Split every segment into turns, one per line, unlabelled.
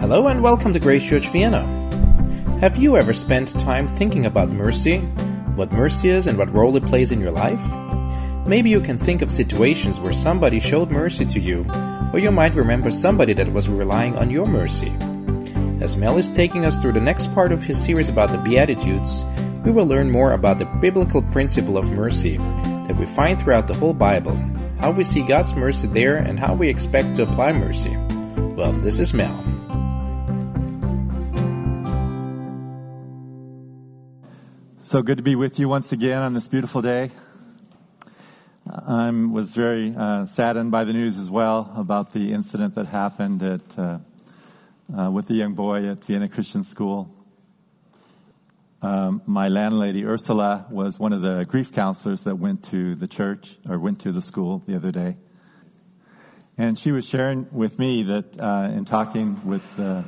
Hello and welcome to Grace Church Vienna. Have you ever spent time thinking about mercy, what mercy is, and what role it plays in your life? Maybe you can think of situations where somebody showed mercy to you, or you might remember somebody that was relying on your mercy. As Mel is taking us through the next part of his series about the Beatitudes, we will learn more about the biblical principle of mercy that we find throughout the whole Bible, how we see God's mercy there, and how we expect to apply mercy. Well, this is Mel.
So good to be with you once again on this beautiful day. I was very uh, saddened by the news as well about the incident that happened at, uh, uh, with the young boy at Vienna Christian School. Um, my landlady Ursula was one of the grief counselors that went to the church or went to the school the other day, and she was sharing with me that uh, in talking with the,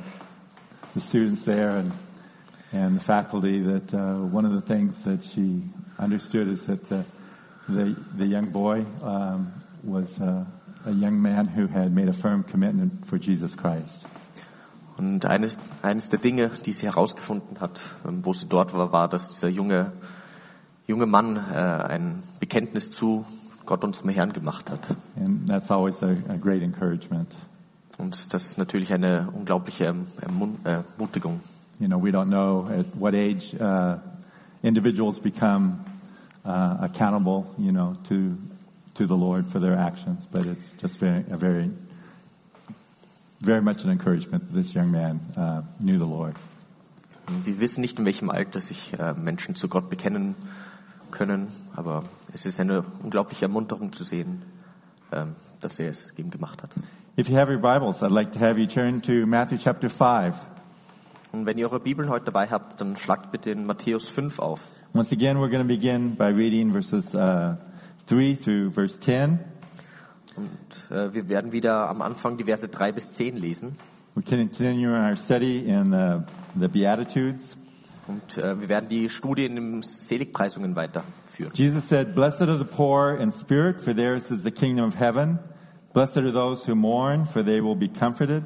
the students there and and the faculty that uh, one of the things that she understood is that the the, the young boy um, was uh, a young man who had made a firm commitment for Jesus Christ.
Und eines, eines der Dinge, die sie herausgefunden hat, ähm, wo sie dort war, war, dass dieser junge, junge Mann äh, ein Bekenntnis zu Gott unserem Herrn gemacht hat.
And that's always a, a great encouragement.
Und das ist natürlich eine unglaubliche ähm, Ermun- äh, Ermutigung.
You know, we don't know at what age uh, individuals become uh, accountable, you know, to to the Lord for their actions, but it's just very, a very, very much an encouragement that this young man uh, knew the Lord.
Und Wir wissen nicht, in welchem Alter sich äh, Menschen zu Gott bekennen können, aber es ist eine unglaubliche Ermunterung zu sehen, ähm, dass er es ihm gemacht hat.
If you have your Bibles, I'd like to have you turn to Matthew chapter five.
Und wenn ihr eure Bibeln heute dabei habt, dann schlagt bitte in Matthäus 5 auf.
Once again, we're going to begin by reading verses uh, three through verse ten.
Und äh, wir werden wieder am Anfang die Verse 3 bis 10 lesen.
We're continuing our study in the, the Beatitudes.
Und äh, wir werden die Studie in den Seligpreisungen weiterführen.
Jesus said, Blessed are the poor in spirit, for theirs is the kingdom of heaven. Blessed are those who mourn, for they will be comforted.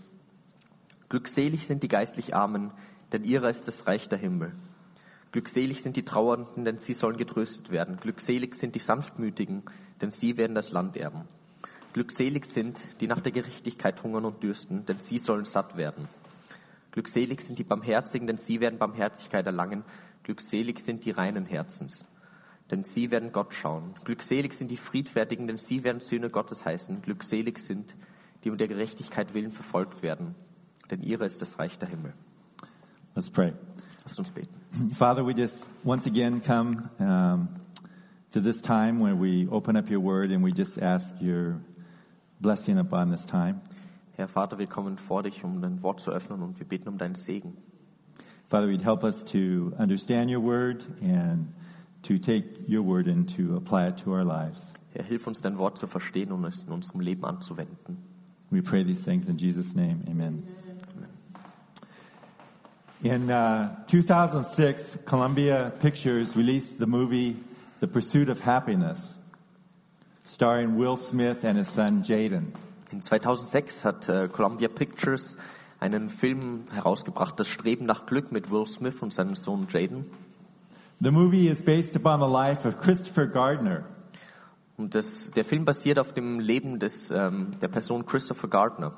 Glückselig sind die geistlich Armen, denn ihrer ist das Reich der Himmel. Glückselig sind die Trauernden, denn sie sollen getröstet werden. Glückselig sind die Sanftmütigen, denn sie werden das Land erben. Glückselig sind, die nach der Gerechtigkeit hungern und dürsten, denn sie sollen satt werden. Glückselig sind die Barmherzigen, denn sie werden Barmherzigkeit erlangen. Glückselig sind die reinen Herzens, denn sie werden Gott schauen. Glückselig sind die Friedfertigen, denn sie werden Söhne Gottes heißen. Glückselig sind, die um der Gerechtigkeit willen verfolgt werden, denn ihre ist das Reich der Himmel.
Let's pray.
Lasst uns beten.
Father, we just once again come um, to this time where we open up your word and we just ask your blessing upon this time.
Herr Vater, wir kommen vor dich, um dein Wort zu öffnen und wir beten um deinen Segen.
Father, we'd help us to understand your word and to take your word and to apply it to our lives.
Herr, hilf uns, dein Wort zu verstehen und es in unserem Leben anzuwenden.
We pray these things in Jesus' name. Amen. In uh, 2006, Columbia Pictures released the movie The Pursuit of Happiness, starring Will Smith and his son Jaden.
In 2006 hat äh, Columbia Pictures einen Film herausgebracht, Das Streben nach Glück mit Will Smith und seinem Sohn Jaden.
The movie is based upon the life of Christopher Gardner,
Und das, der Film basiert auf dem Leben des, ähm, der Person Christopher Gardner.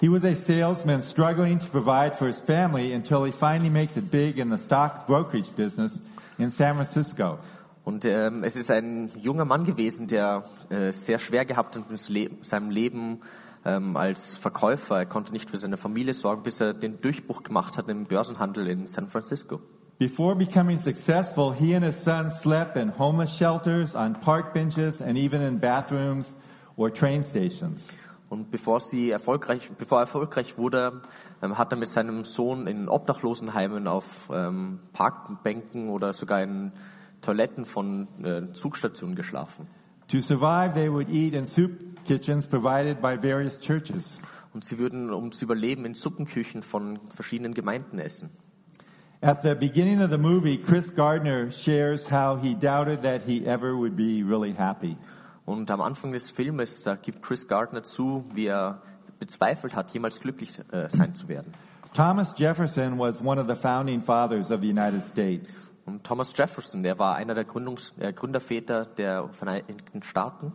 He was a salesman struggling to provide for his family until he finally makes it big in the stock brokerage business in San Francisco.
Und ähm, es ist ein junger Mann gewesen, der äh, sehr schwer gehabt hat mit Le seinem Leben ähm, als Verkäufer. Er konnte nicht für seine Familie sorgen, bis er den Durchbruch gemacht hat im Börsenhandel in San Francisco.
Before becoming successful, he and his son slept in homeless shelters, on park benches, and even in bathrooms or train stations.
Und bevor sie erfolgreich, bevor er erfolgreich wurde, ähm, hat er mit seinem Sohn in Obdachlosenheimen auf ähm, Parkbänken oder sogar in Toiletten von äh, Zugstationen geschlafen.
To survive, they would eat in soup kitchens provided by various churches.
Und sie würden ums Überleben in Suppenküchen von verschiedenen Gemeinden essen.
At the beginning of the movie, Chris Gardner shares how he doubted that he ever would be really happy.
Und am Anfang des Filmes, da gibt Chris Gardner zu, wie er bezweifelt hat, jemals glücklich äh, sein zu werden.
Thomas Jefferson was one of the founding fathers of the United States.
Und Thomas Jefferson, der war einer der Gründungs äh, Gründerväter der Vereinigten Staaten.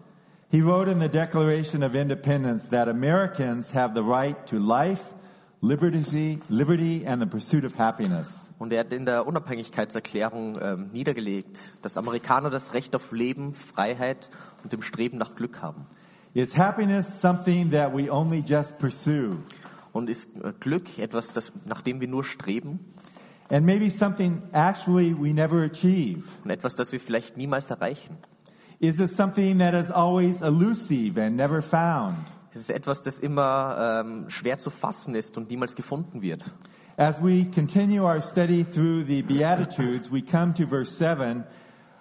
He wrote in the Declaration of Independence that Americans have the right to life, liberty, liberty and the pursuit of happiness.
Und er hat in der Unabhängigkeitserklärung ähm, niedergelegt, dass Amerikaner das Recht auf Leben, Freiheit und dem Streben nach Glück haben.
Is happiness something that we only just pursue?
Und ist äh, Glück etwas, das, nach dem wir nur streben
And maybe something actually we never achieve?
und etwas, das wir vielleicht niemals erreichen?
Is it something that is always elusive and never found?
Es ist etwas, das immer ähm, schwer zu fassen ist und niemals gefunden wird.
As we continue our study through the Beatitudes, we come to verse 7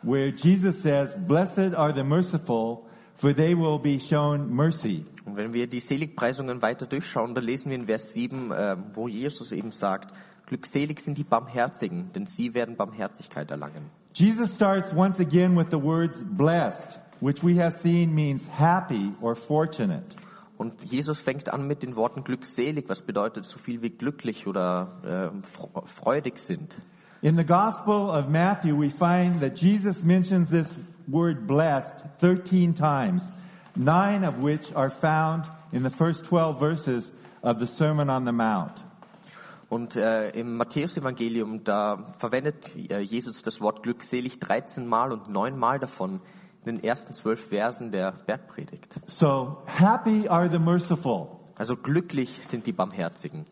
where Jesus says, Blessed are the merciful, for they will be shown mercy.
Und wenn wir die Seligpreisungen weiter durchschauen, dann lesen wir in Vers 7, ähm, wo Jesus eben sagt, glückselig sind die Barmherzigen, denn sie werden Barmherzigkeit erlangen.
Jesus starts once again with the words blessed, which we have seen means happy or fortunate.
Und Jesus fängt an mit den Worten glückselig, was bedeutet so viel wie glücklich oder ähm, fr- freudig sind.
In the Gospel of Matthew, we find that Jesus mentions this word blessed 13 times, nine of which are found in the first 12 verses of the Sermon on the Mount.
Und äh, im Matthäusevangelium, da verwendet äh, Jesus das Wort glückselig 13 Mal und 9 Mal davon in den ersten zwölf Versen der Bergpredigt.
So, happy are the merciful.
Also glücklich sind die Barmherzigen.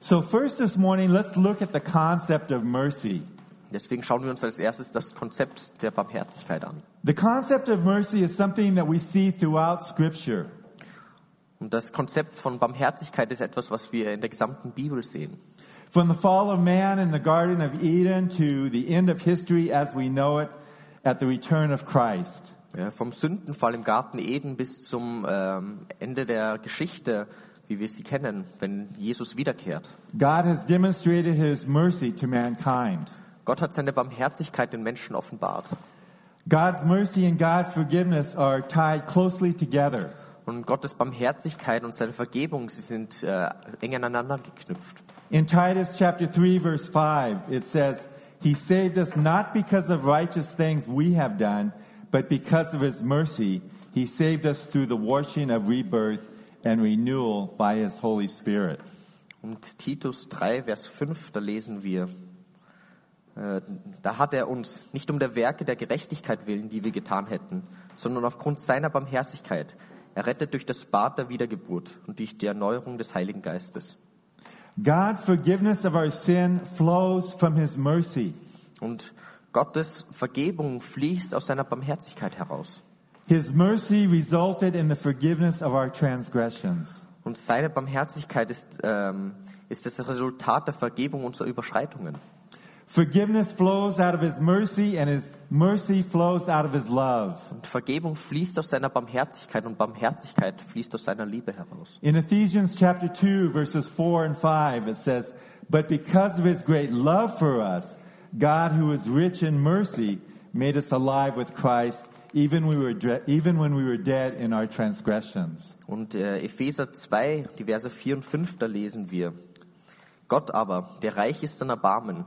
So, first this morning, let's look at the concept of mercy.
Deswegen schauen wir uns als erstes das Konzept der Barmherzigkeit an.
The concept of mercy is something that we see throughout Scripture.
Und das Konzept von Barmherzigkeit ist etwas, was wir in der gesamten Bibel sehen.
From the fall of man in the Garden of Eden to the end of history as we know it at the return of Christ.
Ja, vom Sündenfall im Garten Eden bis zum ähm, Ende der Geschichte, wie wir sie kennen, wenn Jesus wiederkehrt.
God has demonstrated his mercy to mankind.
Gott hat seine Barmherzigkeit den Menschen offenbart.
God's mercy and God's forgiveness are tied closely together.
Und Gottes Barmherzigkeit und seine Vergebung, sie sind äh, eng aneinander geknüpft.
In Titus chapter 3 verse 5, it says, He saved us not because of righteous things we have done, but because of His mercy. He saved us through the washing of rebirth and renewal by His Holy Spirit.
Und Titus 3, Vers 5, da lesen wir, äh, da hat er uns nicht um der Werke der Gerechtigkeit willen, die wir getan hätten, sondern aufgrund seiner Barmherzigkeit errettet durch das Bad der Wiedergeburt und durch die Erneuerung des Heiligen Geistes.
God's forgiveness of our sin flows from His mercy.
Und Gottes Vergebung fließt aus seiner Barmherzigkeit heraus.
His mercy resulted in the forgiveness of our transgressions.
Und seine Barmherzigkeit ist, ähm, ist das Resultat der Vergebung unserer Überschreitungen.
Forgiveness flows out of His mercy and His mercy flows out of His love.
Und Vergebung fließt aus seiner Barmherzigkeit und Barmherzigkeit fließt aus seiner Liebe heraus.
In Ephesians chapter 2 verses 4 and 5 it says, But because of his great love for us, God who is rich in mercy made us alive with Christ even, we were dre- even when we were dead in our transgressions.
Und äh, Epheser 2, die Verse 4 und 5, da lesen wir. Gott aber, der reich ist an Erbarmen,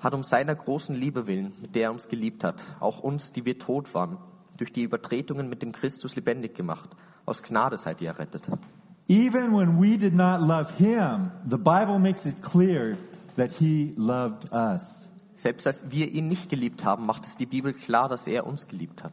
hat um seiner großen Liebe willen, mit der er uns geliebt hat, auch uns, die wir tot waren, durch die Übertretungen mit dem Christus lebendig gemacht. Aus Gnade seid ihr errettet.
Even when we did not love him, the Bible makes it clear that he loved us.
Selbst als wir ihn nicht geliebt haben, macht es die Bibel klar, dass er uns geliebt hat.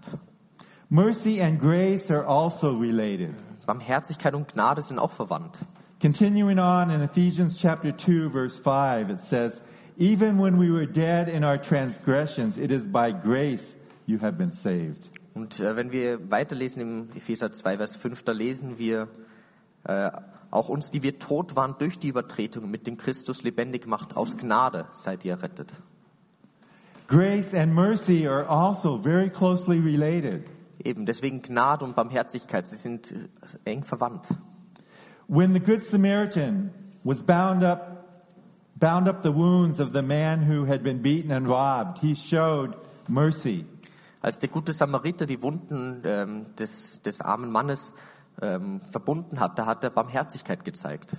Mercy and grace are also related.
Barmherzigkeit und Gnade sind auch verwandt.
Continuing on in Ephesians chapter 2 verse 5, it says, Even when we were dead in our transgressions, it is by grace you have been saved.
Und äh, wenn wir weiterlesen im Epheser 2, Vers 5, da lesen wir, Auch uns, die wir tot waren durch die Übertretung, mit dem Christus lebendig macht. Aus Gnade seid ihr errettet.
Grace and mercy are also very closely related.
Eben, deswegen Gnade und Barmherzigkeit, sie sind äh, eng verwandt.
When the Good Samaritan was bound up, bound up the wounds of the man who had been beaten and robbed, he showed mercy.
Als der gute Samariter die Wunden ähm, des, des armen Mannes ähm, verbunden hat, da hat er Barmherzigkeit gezeigt.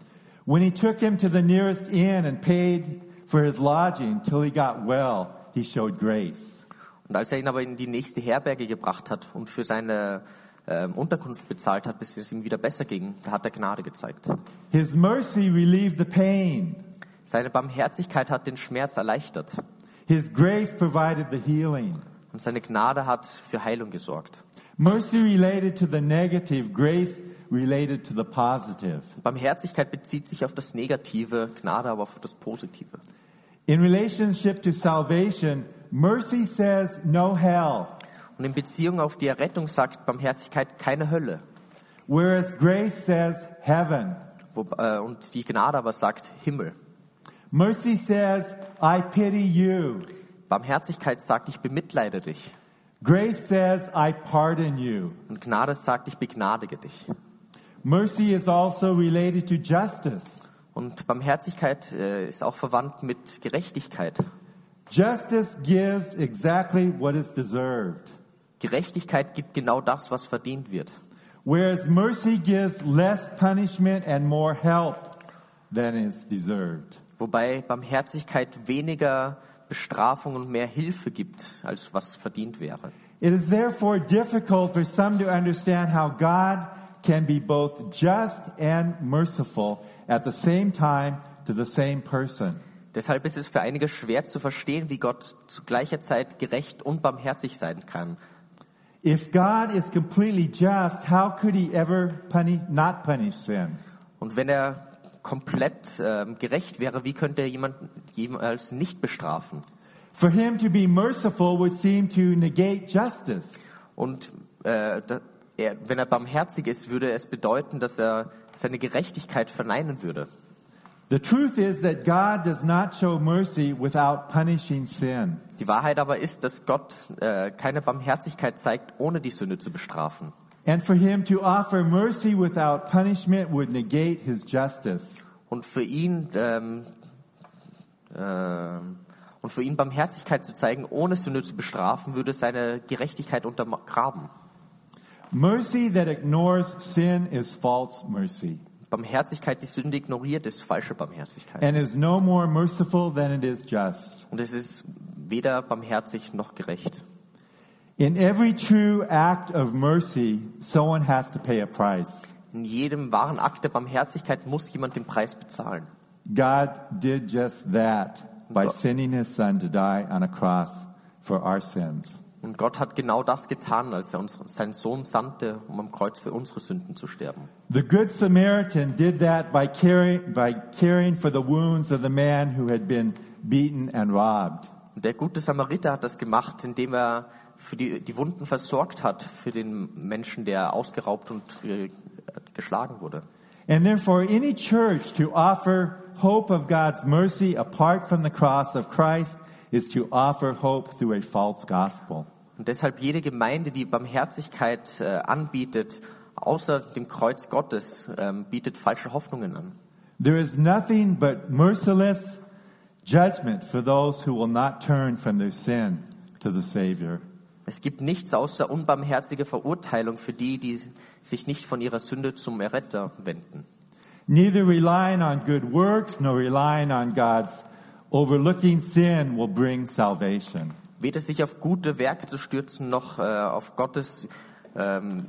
When he took him to the nearest inn and paid for his lodging till he got well, he showed grace.
Und als er ihn aber in die nächste Herberge gebracht hat und für seine ähm, Unterkunft bezahlt hat, bis es ihm wieder besser ging, da hat er Gnade gezeigt.
His mercy relieved the pain.
Seine Barmherzigkeit hat den Schmerz erleichtert
His grace provided the healing.
und seine Gnade hat für Heilung gesorgt.
Mercy related to the negative, grace related to the positive.
Barmherzigkeit bezieht sich auf das Negative, Gnade aber auf das Positive.
In relationship to salvation, mercy says no hell,
Und in Beziehung auf die Errettung sagt Barmherzigkeit keine Hölle.
whereas grace says heaven.
Wo, äh, und die Gnade aber sagt Himmel.
Mercy says, I pity you.
Barmherzigkeit sagt, ich bemitleide dich.
Grace says, I pardon you.
Und Gnade sagt, ich begnadige dich.
Mercy is also related to justice.
Und Barmherzigkeit äh, ist auch verwandt mit Gerechtigkeit.
Justice gives exactly what is deserved,
Gerechtigkeit gibt genau das, was verdient wird.
whereas mercy gives less punishment and more help than is deserved.
Wobei Barmherzigkeit weniger Bestrafung und mehr Hilfe gibt, als was verdient wäre.
It is therefore difficult for some to understand how God can be both just and merciful at the same time to the same person.
Deshalb ist es für einige schwer zu verstehen, wie Gott zu gleicher Zeit gerecht und barmherzig sein kann.
If God is completely just, how could he ever punish, not punish sin?
Und wenn er komplett ähm, gerecht wäre, wie könnte er jemanden jemals nicht bestrafen?
For him to be merciful would seem to negate justice.
Und äh, da, er, wenn er barmherzig ist, würde es bedeuten, dass er seine Gerechtigkeit verneinen würde.
The truth is that God does not show mercy without punishing sin.
Die Wahrheit aber ist, dass Gott äh, keine Barmherzigkeit zeigt, ohne die Sünde zu bestrafen.
And for him to offer mercy without punishment would negate his justice.
Und für ihn ähm, ähm, und für ihn Barmherzigkeit zu zeigen, ohne Sünde zu bestrafen, würde seine Gerechtigkeit untergraben.
Mercy that ignores sin is false mercy
Barmherzigkeit, die Sünde ignoriert, ist falsche Barmherzigkeit.
and is no more merciful than it is just.
Und es ist weder barmherzig noch gerecht.
In every true act of mercy, someone has to pay a price.
In jedem wahren Akt der Barmherzigkeit muss jemand den Preis bezahlen.
God did just that by
Go-
sending his son to die on a cross for our sins.
Und Gott hat genau das getan, als er uns, seinen Sohn sandte, um am Kreuz für unsere Sünden zu sterben.
The Good Samaritan did that by caring, by caring for the wounds of the man who had been beaten and robbed.
Und der gute Samariter hat das gemacht, indem er für die, die Wunden versorgt hat für den Menschen, der ausgeraubt und äh, geschlagen wurde.
And therefore, any church to offer hope of God's mercy apart from the cross of Christ is to offer hope through a false gospel.
Und deshalb jede Gemeinde, die Barmherzigkeit äh, anbietet, außer dem Kreuz Gottes, ähm, bietet falsche Hoffnungen an.
There is nothing but merciless judgment for those who will not turn from their sin to the Savior.
Es gibt nichts außer unbarmherzige Verurteilung für die, die sich nicht von ihrer Sünde zum Erretter wenden.
Neither relying on good works nor relying on God's overlooking sin will bring salvation.
Weder sich auf gute Werke zu stürzen, noch äh, auf, Gottes, ähm,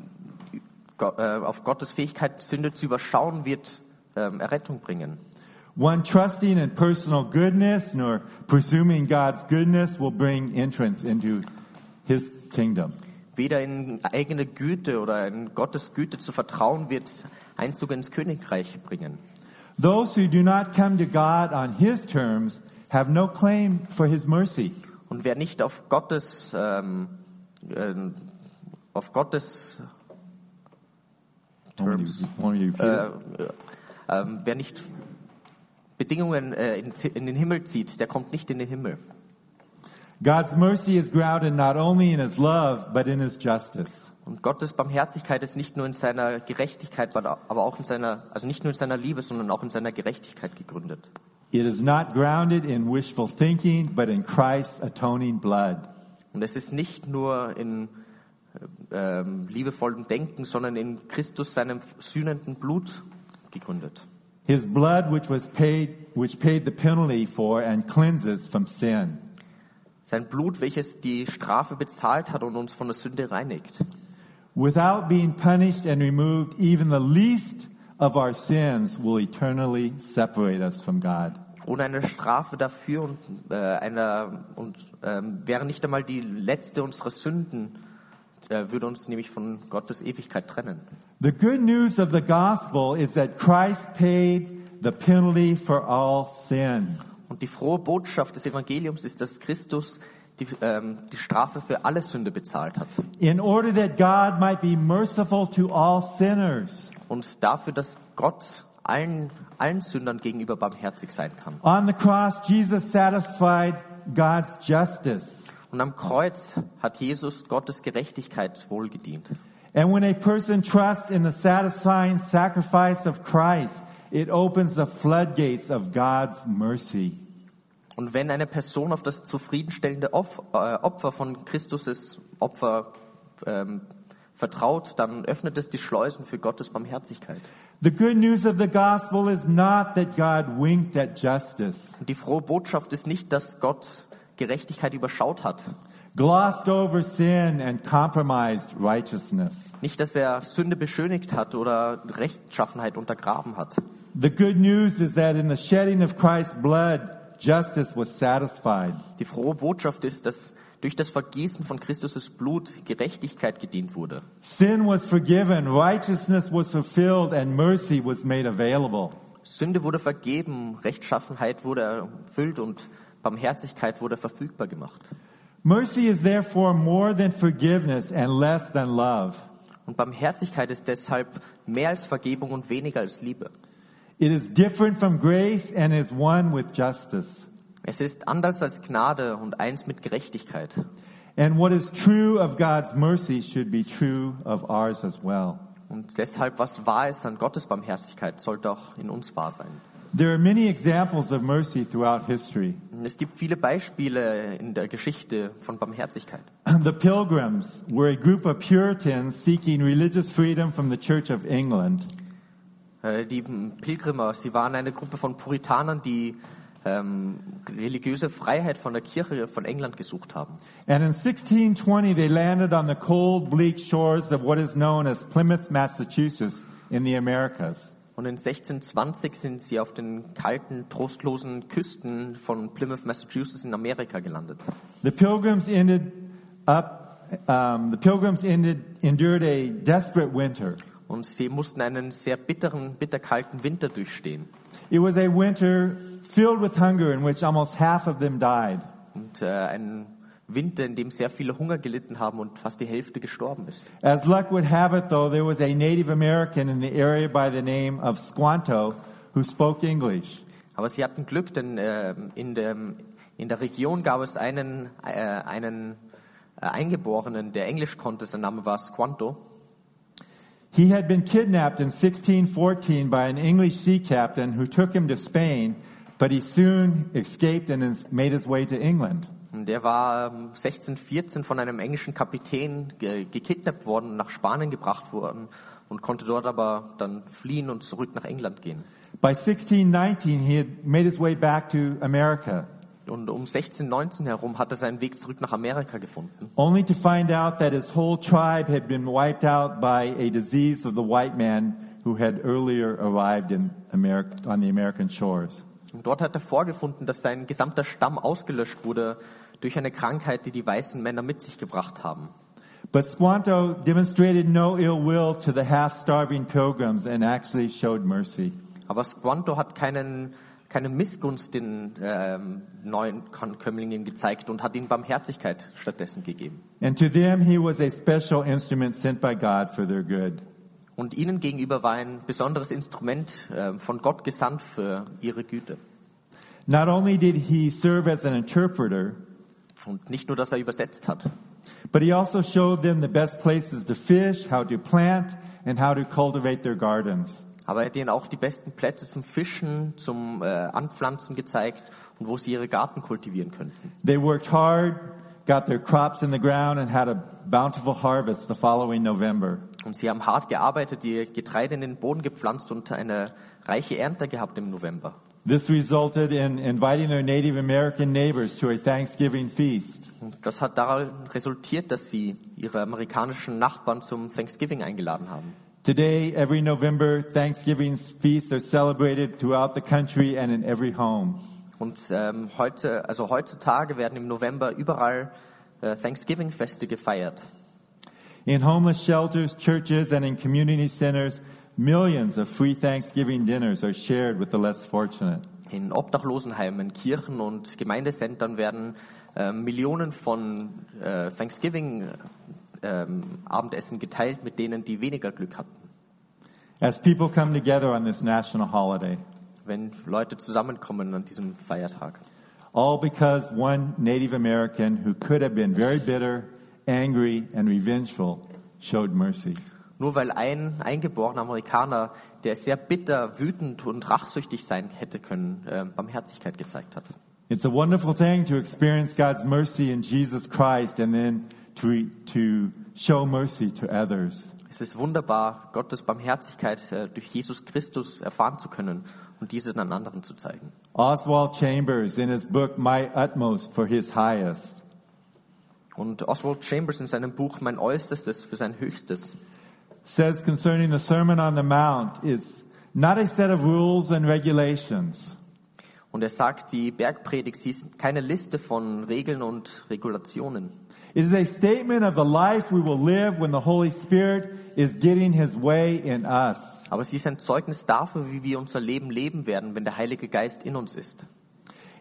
Go äh, auf Gottes Fähigkeit, Sünde zu überschauen, wird ähm, Errettung bringen.
One trusting in personal goodness nor presuming God's goodness will bring entrance into his kingdom.
Weder in eigene Güte oder in Gottes Güte zu vertrauen, wird Einzug ins Königreich bringen.
Those who do not come to God on his terms have no claim for his mercy.
Und wer nicht auf Gottes, äh, ähm, ähm, auf Gottes
Only,
terms.
only
Äh,
repeat it.
äh, ähm, wer nicht Bedingungen äh, in, in den Himmel zieht, der kommt nicht in den Himmel.
God's mercy is grounded not only in His love, but in His justice.
Und Gottes Barmherzigkeit ist nicht nur in seiner Gerechtigkeit, aber auch in seiner, also nicht nur in seiner Liebe, sondern auch in seiner Gerechtigkeit gegründet.
It is not grounded in wishful thinking, but in Christ's atoning blood.
Und es ist nicht nur in äh, ähm, liebevollem Denken, sondern in Christus seinem sühnenden Blut gegründet.
His blood which was paid, which paid the penalty for and cleanses from sin.
Sein Blut, welches die Strafe bezahlt hat und uns von der Sünde reinigt.
Without being punished and removed, even the least of our sins will eternally separate us from God.
Ohne eine Strafe dafür und, äh, einer, und ähm, wäre nicht einmal die letzte unserer Sünden, äh, würde uns nämlich von Gottes Ewigkeit trennen.
The good news of the gospel is that Christ paid the penalty for all sin.
Und die frohe Botschaft des Evangeliums ist, dass Christus die, ähm, die Strafe für alle Sünde bezahlt hat.
In order that God might be merciful to all sinners.
Und dafür, dass Gott allen, allen Sündern gegenüber barmherzig sein kann.
On the cross, Jesus satisfied God's justice.
Und am Kreuz hat Jesus Gottes Gerechtigkeit wohlgedient.
And when a person trusts in the satisfying sacrifice of Christ, it opens the floodgates of God's mercy.
Und wenn eine Person auf das zufriedenstellende Opf- äh, Opfer von Christus' Opfer ähm, vertraut, dann öffnet es die Schleusen für Gottes Barmherzigkeit.
The good news of the gospel is not that God winked at justice,
Und die frohe Botschaft ist nicht, dass Gott Gerechtigkeit überschaut hat.
glossed over sin and compromised righteousness.
Nicht, dass er Sünde beschönigt hat oder Rechtschaffenheit untergraben hat.
The good news is that in the shedding of Christ's blood, justice was satisfied.
Die frohe Botschaft ist, dass durch das Vergießen von Christus' Blut Gerechtigkeit gedient wurde.
Sin was forgiven, righteousness was fulfilled, and mercy was made available.
Sünde wurde vergeben, Rechtschaffenheit wurde erfüllt und Barmherzigkeit wurde verfügbar gemacht.
Mercy is therefore more than forgiveness and less than love.
Und Barmherzigkeit ist deshalb mehr als Vergebung und weniger als Liebe.
It is different from grace and is one with justice.
Es ist anders als Gnade und eins mit Gerechtigkeit.
And what is true of God's mercy should be true of ours as well.
Und deshalb, was wahr ist an Gottes Barmherzigkeit, sollte auch in uns wahr sein.
There are many examples of mercy throughout history.
Und es gibt viele Beispiele in der Geschichte von Barmherzigkeit.
The Pilgrims were a group of Puritans seeking religious freedom from the Church of England.
Äh, Die Pilgrimer, sie waren eine Gruppe von Puritanern, die ähm, religiöse Freiheit von der Kirche von England gesucht haben.
And in 1620, they landed on the cold, bleak shores of what is known as Plymouth, Massachusetts in the Americas.
Und in 1620 sind sie auf den kalten, trostlosen Küsten von Plymouth, Massachusetts in Amerika gelandet.
The pilgrims ended up. Um, the pilgrims ended endured a desperate winter.
Und sie mussten einen sehr bitteren, bitterkalten Winter durchstehen.
It was a winter filled with hunger, in which almost half of them died.
Und äh, einen Winter, in dem sehr viele Hunger gelitten haben und fast die Hälfte gestorben ist.
As luck would have it, though, there was a Native American in the area by the name of Squanto who spoke English.
Aber sie hatten Glück, denn äh, in, dem, in der Region gab es einen, äh, einen äh, Eingeborenen, der Englisch konnte. Sein Name war Squanto.
He had been kidnapped in 1614 by an English sea captain who took him to Spain, but he soon escaped and is- made his way to England.
Und er war ähm, 1614 von einem englischen Kapitän ge gekidnappt worden, und nach Spanien gebracht worden und konnte dort aber dann fliehen und zurück nach England gehen.
By 1619, he had made his way back to America,
Und um 1619 herum hat er seinen Weg zurück nach Amerika gefunden.
only to find out that his whole tribe had been wiped out by a disease of the white man who had earlier arrived in America, on the American shores.
Und dort hat er vorgefunden, dass sein gesamter Stamm ausgelöscht wurde durch eine Krankheit, die die weißen Männer mit sich gebracht haben.
But Squanto demonstrated no ill will to the half-starving pilgrims and actually showed mercy.
Aber Squanto hat keinen, keine Missgunst den ähm, neuen Ankömmlingen gezeigt und hat ihnen Barmherzigkeit stattdessen gegeben.
And to them he was a special instrument sent by God for their good.
Und ihnen gegenüber war ein besonderes Instrument äh, von Gott gesandt für ihre Güte.
Not only did he serve as an interpreter,
Und nicht nur, dass er übersetzt hat,
but he also showed them the best places to fish, how to plant, and how to cultivate their gardens.
aber er hat ihnen auch die besten Plätze zum Fischen, zum äh, Anpflanzen gezeigt und wo sie ihre Garten kultivieren könnten.
They worked hard, got their crops in the ground, and had a bountiful harvest the following November.
Und sie haben hart gearbeitet, ihr Getreide in den Boden gepflanzt und eine reiche Ernte gehabt im November.
This resulted in inviting their Native American neighbors to a Thanksgiving feast.
Und das hat daran resultiert, dass sie ihre amerikanischen Nachbarn zum Thanksgiving eingeladen haben.
Today, every November, Thanksgiving feasts are celebrated throughout the country and in every home.
Und ähm, heute, also heutzutage werden im November überall äh, Thanksgiving-Feste gefeiert.
In homeless shelters, churches, and in community centers, millions of free Thanksgiving dinners are shared with the less fortunate.
In Obdachlosenheimen, Kirchen und Gemeindecentern werden äh, Millionen von äh, Thanksgiving-Abendessen geteilt mit denen, die weniger Glück hatten.
As people come together on this national holiday,
Wenn Leute zusammenkommen an diesem Feiertag.
all because one Native American who could have been very bitter, angry, and revengeful showed mercy.
Nur weil ein eingeborener Amerikaner, der sehr bitter, wütend und rachsüchtig sein hätte können, äh, Barmherzigkeit gezeigt hat.
It's a wonderful thing to experience God's mercy in Jesus Christ and then to, to show mercy to others.
Es ist wunderbar, Gottes Barmherzigkeit äh, durch Jesus Christus erfahren zu können und diese dann anderen zu zeigen.
Oswald Chambers, in his book My Utmost for His Highest,
Und Oswald Chambers in seinem Buch Mein Äußerstes für sein Höchstes
says concerning the Sermon on the Mount, it's not a set of rules and regulations,
und er sagt, die Bergpredigt sie ist keine Liste von Regeln und Regulationen.
It is a statement of the life we will live when the Holy Spirit is getting his way in us.
Aber sie ist ein Zeugnis dafür, wie wir unser Leben leben werden, wenn der Heilige Geist in uns ist.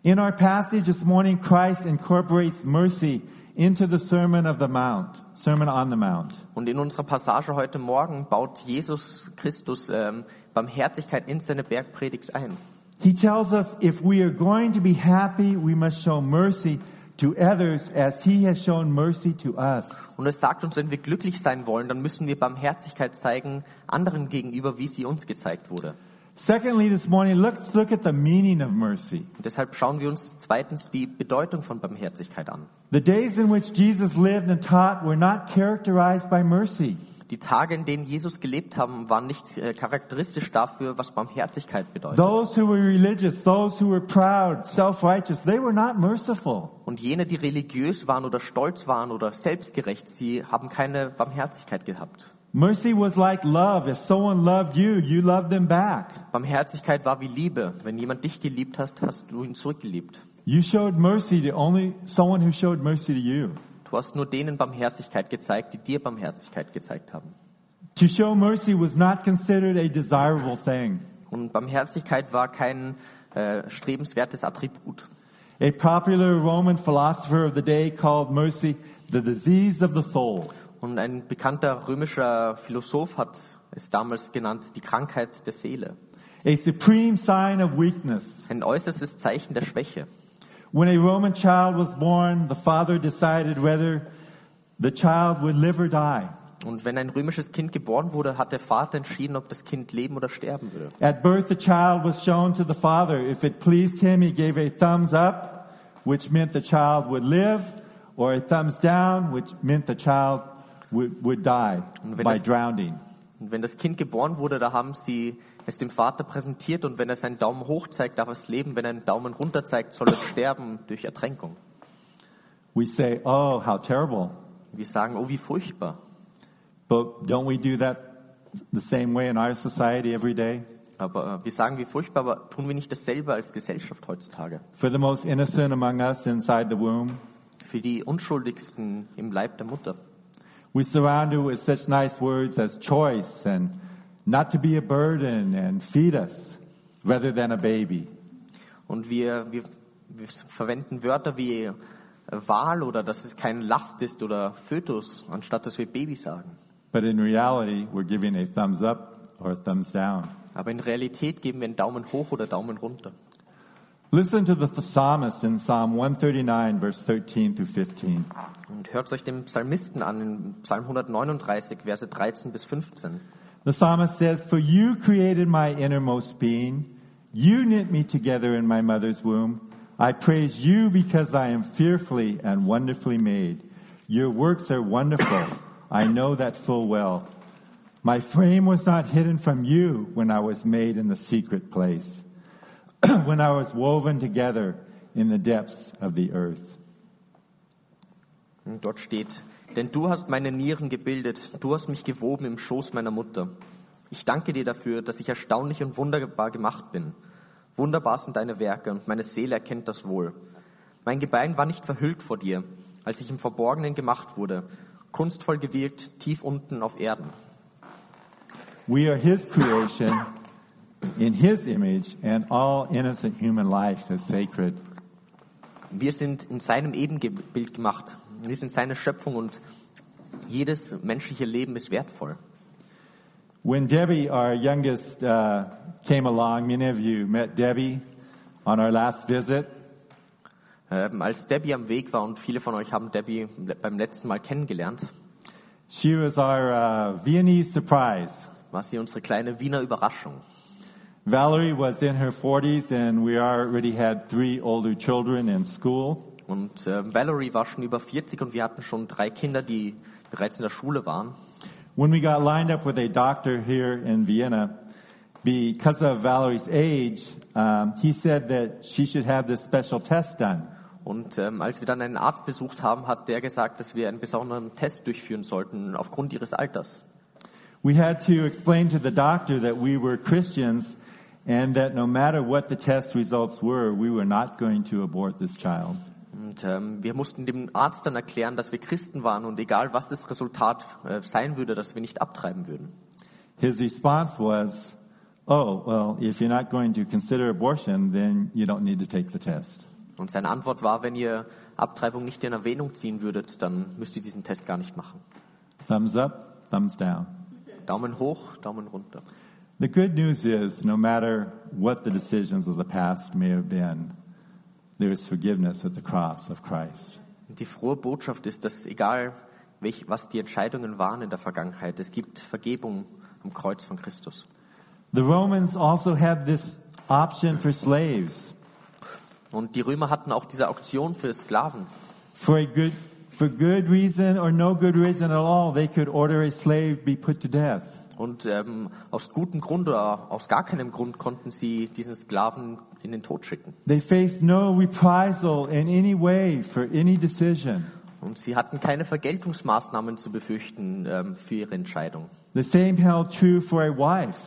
In our passage this morning, Christ incorporates mercy into the Sermon of the Mount, Sermon on the Mount.
Und in unserer Passage heute Morgen baut Jesus Christus ähm, Barmherzigkeit in seine Bergpredigt ein.
He tells us if we are going to be happy, we must show mercy to others as he has shown mercy to us.
Und es sagt uns, wenn wir glücklich sein wollen, dann müssen wir Barmherzigkeit zeigen anderen gegenüber, wie sie uns gezeigt wurde.
Secondly, this morning, let's look at the meaning of mercy.
Und deshalb schauen wir uns zweitens die Bedeutung von Barmherzigkeit an.
The days in which Jesus lived and taught were not characterized by mercy.
Die Tage, in denen Jesus gelebt haben, waren nicht äh, charakteristisch dafür, was Barmherzigkeit bedeutet.
Those who were religious, those who were proud, self-righteous, they were not merciful.
Und jene, die religiös waren oder stolz waren oder selbstgerecht, sie haben keine Barmherzigkeit gehabt.
Mercy was like love. If someone loved you, you loved them back.
Barmherzigkeit war wie Liebe. Wenn jemand dich geliebt hat, hast du ihn zurückgeliebt.
You showed mercy to only someone who showed mercy to you.
Du hast nur denen Barmherzigkeit gezeigt, die dir Barmherzigkeit gezeigt haben.
To show mercy was not considered a desirable thing.
Und Barmherzigkeit war kein äh, strebenswertes Attribut.
A popular Roman philosopher of the day called mercy the disease of the soul.
Und ein bekannter römischer Philosoph hat es damals genannt, die Krankheit der Seele.
A supreme sign of weakness.
Ein äußerstes Zeichen der Schwäche.
When a Roman child was born, the father decided whether the child would live or die.
Und wenn ein römisches Kind geboren wurde, hat der Vater entschieden, ob das Kind leben oder sterben würde.
At birth, the child was shown to the father. If it pleased him, he gave a thumbs up, which meant the child would live, or a thumbs down, which meant the child would, would die
Und wenn
by
das-
drowning.
Und wenn das Kind geboren wurde, da haben sie es dem Vater präsentiert und wenn er seinen Daumen hoch zeigt, darf es leben. Wenn er einen Daumen runter zeigt, soll es sterben durch Ertränkung.
We say, oh, how terrible.
Wir sagen, oh, wie furchtbar.
But don't we do that the same way in our society every day?
Aber äh, wir sagen, wie furchtbar, aber tun wir nicht dasselbe als Gesellschaft heutzutage?
For the most innocent among us inside the womb,
Für die Unschuldigsten im Leib der Mutter.
we surround her with such nice words as choice and not to be a burden and feed us rather than a baby.
Und wir, wir, wir verwenden Wörter wie äh, Wahl oder dass es keine Last ist oder Fötus, anstatt dass wir Baby sagen.
But in reality, we're giving a thumbs up or a thumbs down.
Aber in Realität geben wir einen Daumen hoch oder Daumen runter.
Listen to the psalmist in Psalm 139, verse 13 through 15.
Und hört euch den Psalmisten an, in Psalm 139, Verse 13 bis 15.
The psalmist says, For you created my innermost being. You knit me together in my mother's womb. I praise you because I am fearfully and wonderfully made. Your works are wonderful. I know that full well. My frame was not hidden from you when I was made in the secret place, when I was woven together in the depths of the earth.
Und dort steht, denn du hast meine Nieren gebildet, du hast mich gewoben im Schoß meiner Mutter. Ich danke dir dafür, dass ich erstaunlich und wunderbar gemacht bin. Wunderbar sind deine Werke und meine Seele erkennt das wohl. Mein Gebein war nicht verhüllt vor dir, als ich im Verborgenen gemacht wurde, kunstvoll gewirkt, tief unten auf Erden.
We are his creation in his image, and all innocent human life is sacred.
Wir sind in seinem Ebenbild gemacht. Wir sind seine Schöpfung und jedes menschliche Leben ist wertvoll.
When Debbie, our youngest, uh, came along, many of you met Debbie on our last visit.
Ähm, als Debbie am Weg war und viele von euch haben Debbie le- beim letzten Mal kennengelernt,
She was our uh, Viennese surprise.
war sie unsere kleine Wiener Überraschung.
Valerie was in her 40s, and we already had three older children in school.
Und ähm, Valerie war schon über 40 und wir hatten schon drei Kinder, die bereits in der Schule waren.
When we got lined up with a doctor here in Vienna, because of Valerie's age, um, he said that she should have this special test done.
Und ähm, als wir dann einen Arzt besucht haben, hat der gesagt, dass wir einen besonderen Test durchführen sollten aufgrund ihres Alters.
We had to explain to the doctor that we were Christians and that no matter what the test results were, we were not going to abort this child.
Und ähm, wir mussten dem Arzt dann erklären, dass wir Christen waren und egal was das Resultat äh, sein würde, dass wir nicht abtreiben würden.
His response was, Oh, well, if you're not going to consider abortion, then you don't need to take the test.
Und seine Antwort war, wenn ihr Abtreibung nicht in Erwähnung ziehen würdet, dann müsst ihr diesen Test gar nicht machen.
Thumbs up, thumbs down.
Daumen hoch, Daumen runter.
The good news is, no matter what the decisions of the past may have been, there is forgiveness at the cross of Christ.
Und Die frohe Botschaft ist, dass egal welch, was die Entscheidungen waren in der Vergangenheit, es gibt Vergebung am Kreuz von Christus.
The Romans also had this option for slaves.
Und die Römer hatten auch diese Auktion für Sklaven.
For a good, for good reason or no good reason at all, they could order a slave be put to death.
Und ähm, aus gutem Grund oder aus gar keinem Grund konnten sie diesen Sklaven in den Tod schicken.
They faced no reprisal in any way for any decision.
Und sie hatten keine Vergeltungsmaßnahmen zu befürchten ähm, für ihre Entscheidung.
The same held true for a wife.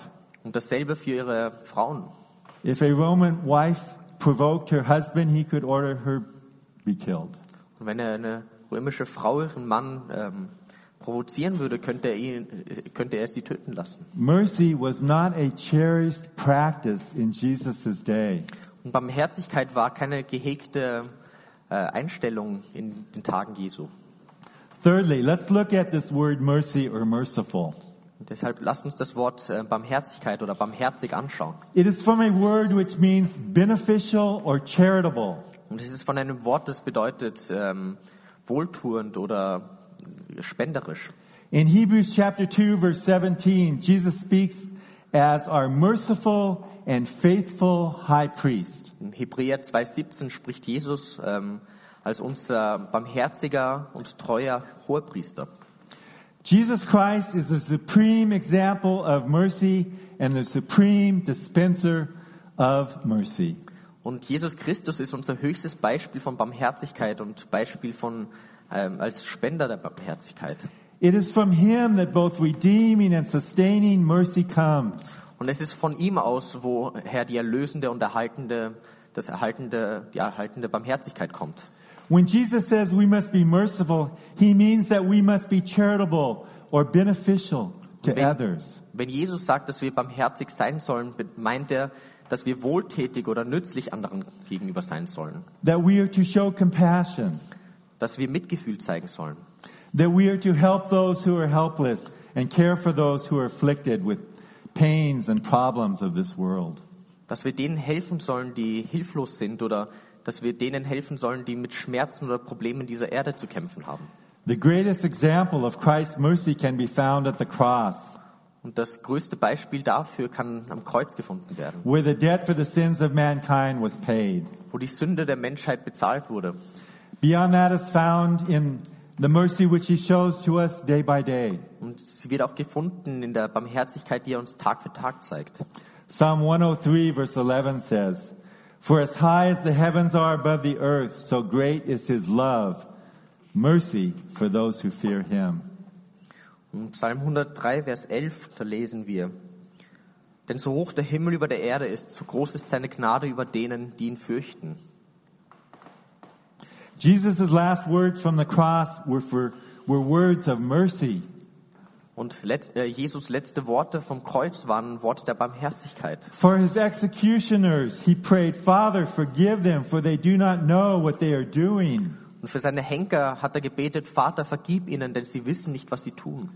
Und dasselbe für ihre Frauen.
If a Roman wife provoked her husband, he could order her be killed.
Und wenn er eine römische Frau ihren Mann ähm, provozieren würde, könnte er, ihn, äh, könnte er sie töten lassen.
Mercy was not a cherished practice in Jesus' day.
Und Barmherzigkeit war keine gehegte äh, Einstellung in den Tagen Jesu.
Thirdly, let's look at this word mercy or merciful.
Und deshalb lasst uns das Wort äh, Barmherzigkeit oder barmherzig anschauen.
It is from a word which means beneficial or charitable.
Und es ist von einem Wort, das bedeutet ähm, wohltuend oder äh, spenderisch.
In Hebrews chapter 2 verse 17, Jesus speaks as our merciful and faithful high priest.
In Hebräer 2,17 spricht Jesus ähm, als unser barmherziger und treuer Hohepriester.
Jesus Christ is the supreme example of mercy and the supreme dispenser of mercy.
Und Jesus Christus ist unser höchstes Beispiel von Barmherzigkeit und Beispiel von ähm, als Spender der Barmherzigkeit.
It is from him that both redeeming and sustaining mercy comes.
Und es ist von ihm aus, woher die erlösende und erhaltende, das erhaltende, die erhaltende Barmherzigkeit kommt.
When Jesus says we must be merciful, he means that we must be charitable or beneficial to
Wenn-
others.
Wenn Jesus sagt, dass wir barmherzig sein sollen, meint er, dass wir wohltätig oder nützlich anderen gegenüber sein sollen,
That we are to show compassion.
dass wir Mitgefühl zeigen sollen,
that we are to help those who are helpless and care for those who are afflicted with pains and problems of this world.
dass wir denen helfen sollen, die hilflos sind oder dass wir denen helfen sollen, die mit Schmerzen oder Problemen dieser Erde zu kämpfen haben.
The greatest example of Christ's mercy can be found at the cross,
Und das größte Beispiel dafür kann am Kreuz gefunden werden,
where the debt for the sins of mankind was paid.
wo die Sünde der Menschheit bezahlt wurde.
Beyond that is found in the mercy which he shows to us day by day.
Und sie wird auch gefunden in der Barmherzigkeit, die er uns Tag für Tag zeigt.
Psalm 103 verse 11 says, For as high as the heavens are above the earth, so great is his love, mercy for those who fear him.
Im Psalm 103, Vers 11, da lesen wir, Denn so hoch der Himmel über der Erde ist, so groß ist seine Gnade über denen, die ihn fürchten.
Jesus' last words from the cross were for, were words of mercy.
Und let, äh, Jesus letzte Worte vom Kreuz waren Worte der Barmherzigkeit.
For his executioners, he prayed, Father, forgive them, for they do not know what they are doing.
Und für seine Henker hat er gebetet, Vater, vergib ihnen, denn sie wissen nicht, was sie tun.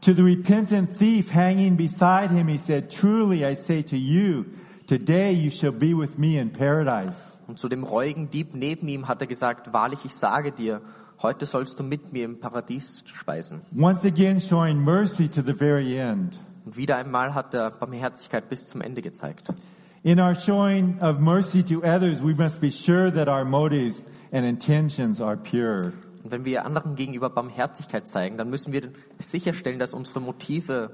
To the repentant thief hanging beside him, he said, Truly I say to you, today you shall be with me in paradise.
Und zu dem reuigen Dieb neben ihm hat er gesagt, wahrlich, ich sage dir, heute sollst du mit mir im Paradies speisen.
Once again showing mercy to the very end.
Und wieder einmal hat er Barmherzigkeit bis zum Ende gezeigt.
In our showing of mercy to others, we must be sure that our motives and intentions are pure.
Und wenn wir anderen gegenüber Barmherzigkeit zeigen, dann müssen wir sicherstellen, dass unsere Motive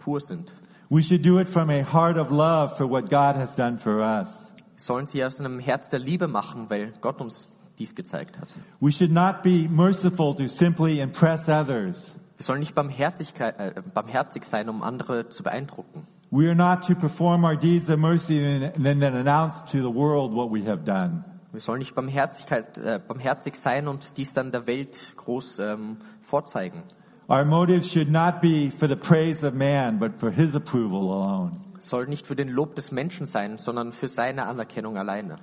pur sind.
We should do it from a heart of love for what God has done for us.
Wir sollen sie aus einem Herz der Liebe machen, weil Gott uns dies gezeigt hat.
We should not be merciful to simply impress others.
Wir sollen nicht Barmherzigkeit, äh, barmherzig sein, um andere zu beeindrucken.
We are not to perform our deeds of mercy and then announce to the world what we have done.
Wir sollen nicht Barmherzigkeit, äh, barmherzig sein und dies dann der Welt groß ähm, vorzeigen.
Our motives should not be for the praise of man, but for his approval alone.
Es soll nicht für den Lob des Menschen sein, sondern für seine Anerkennung alleine.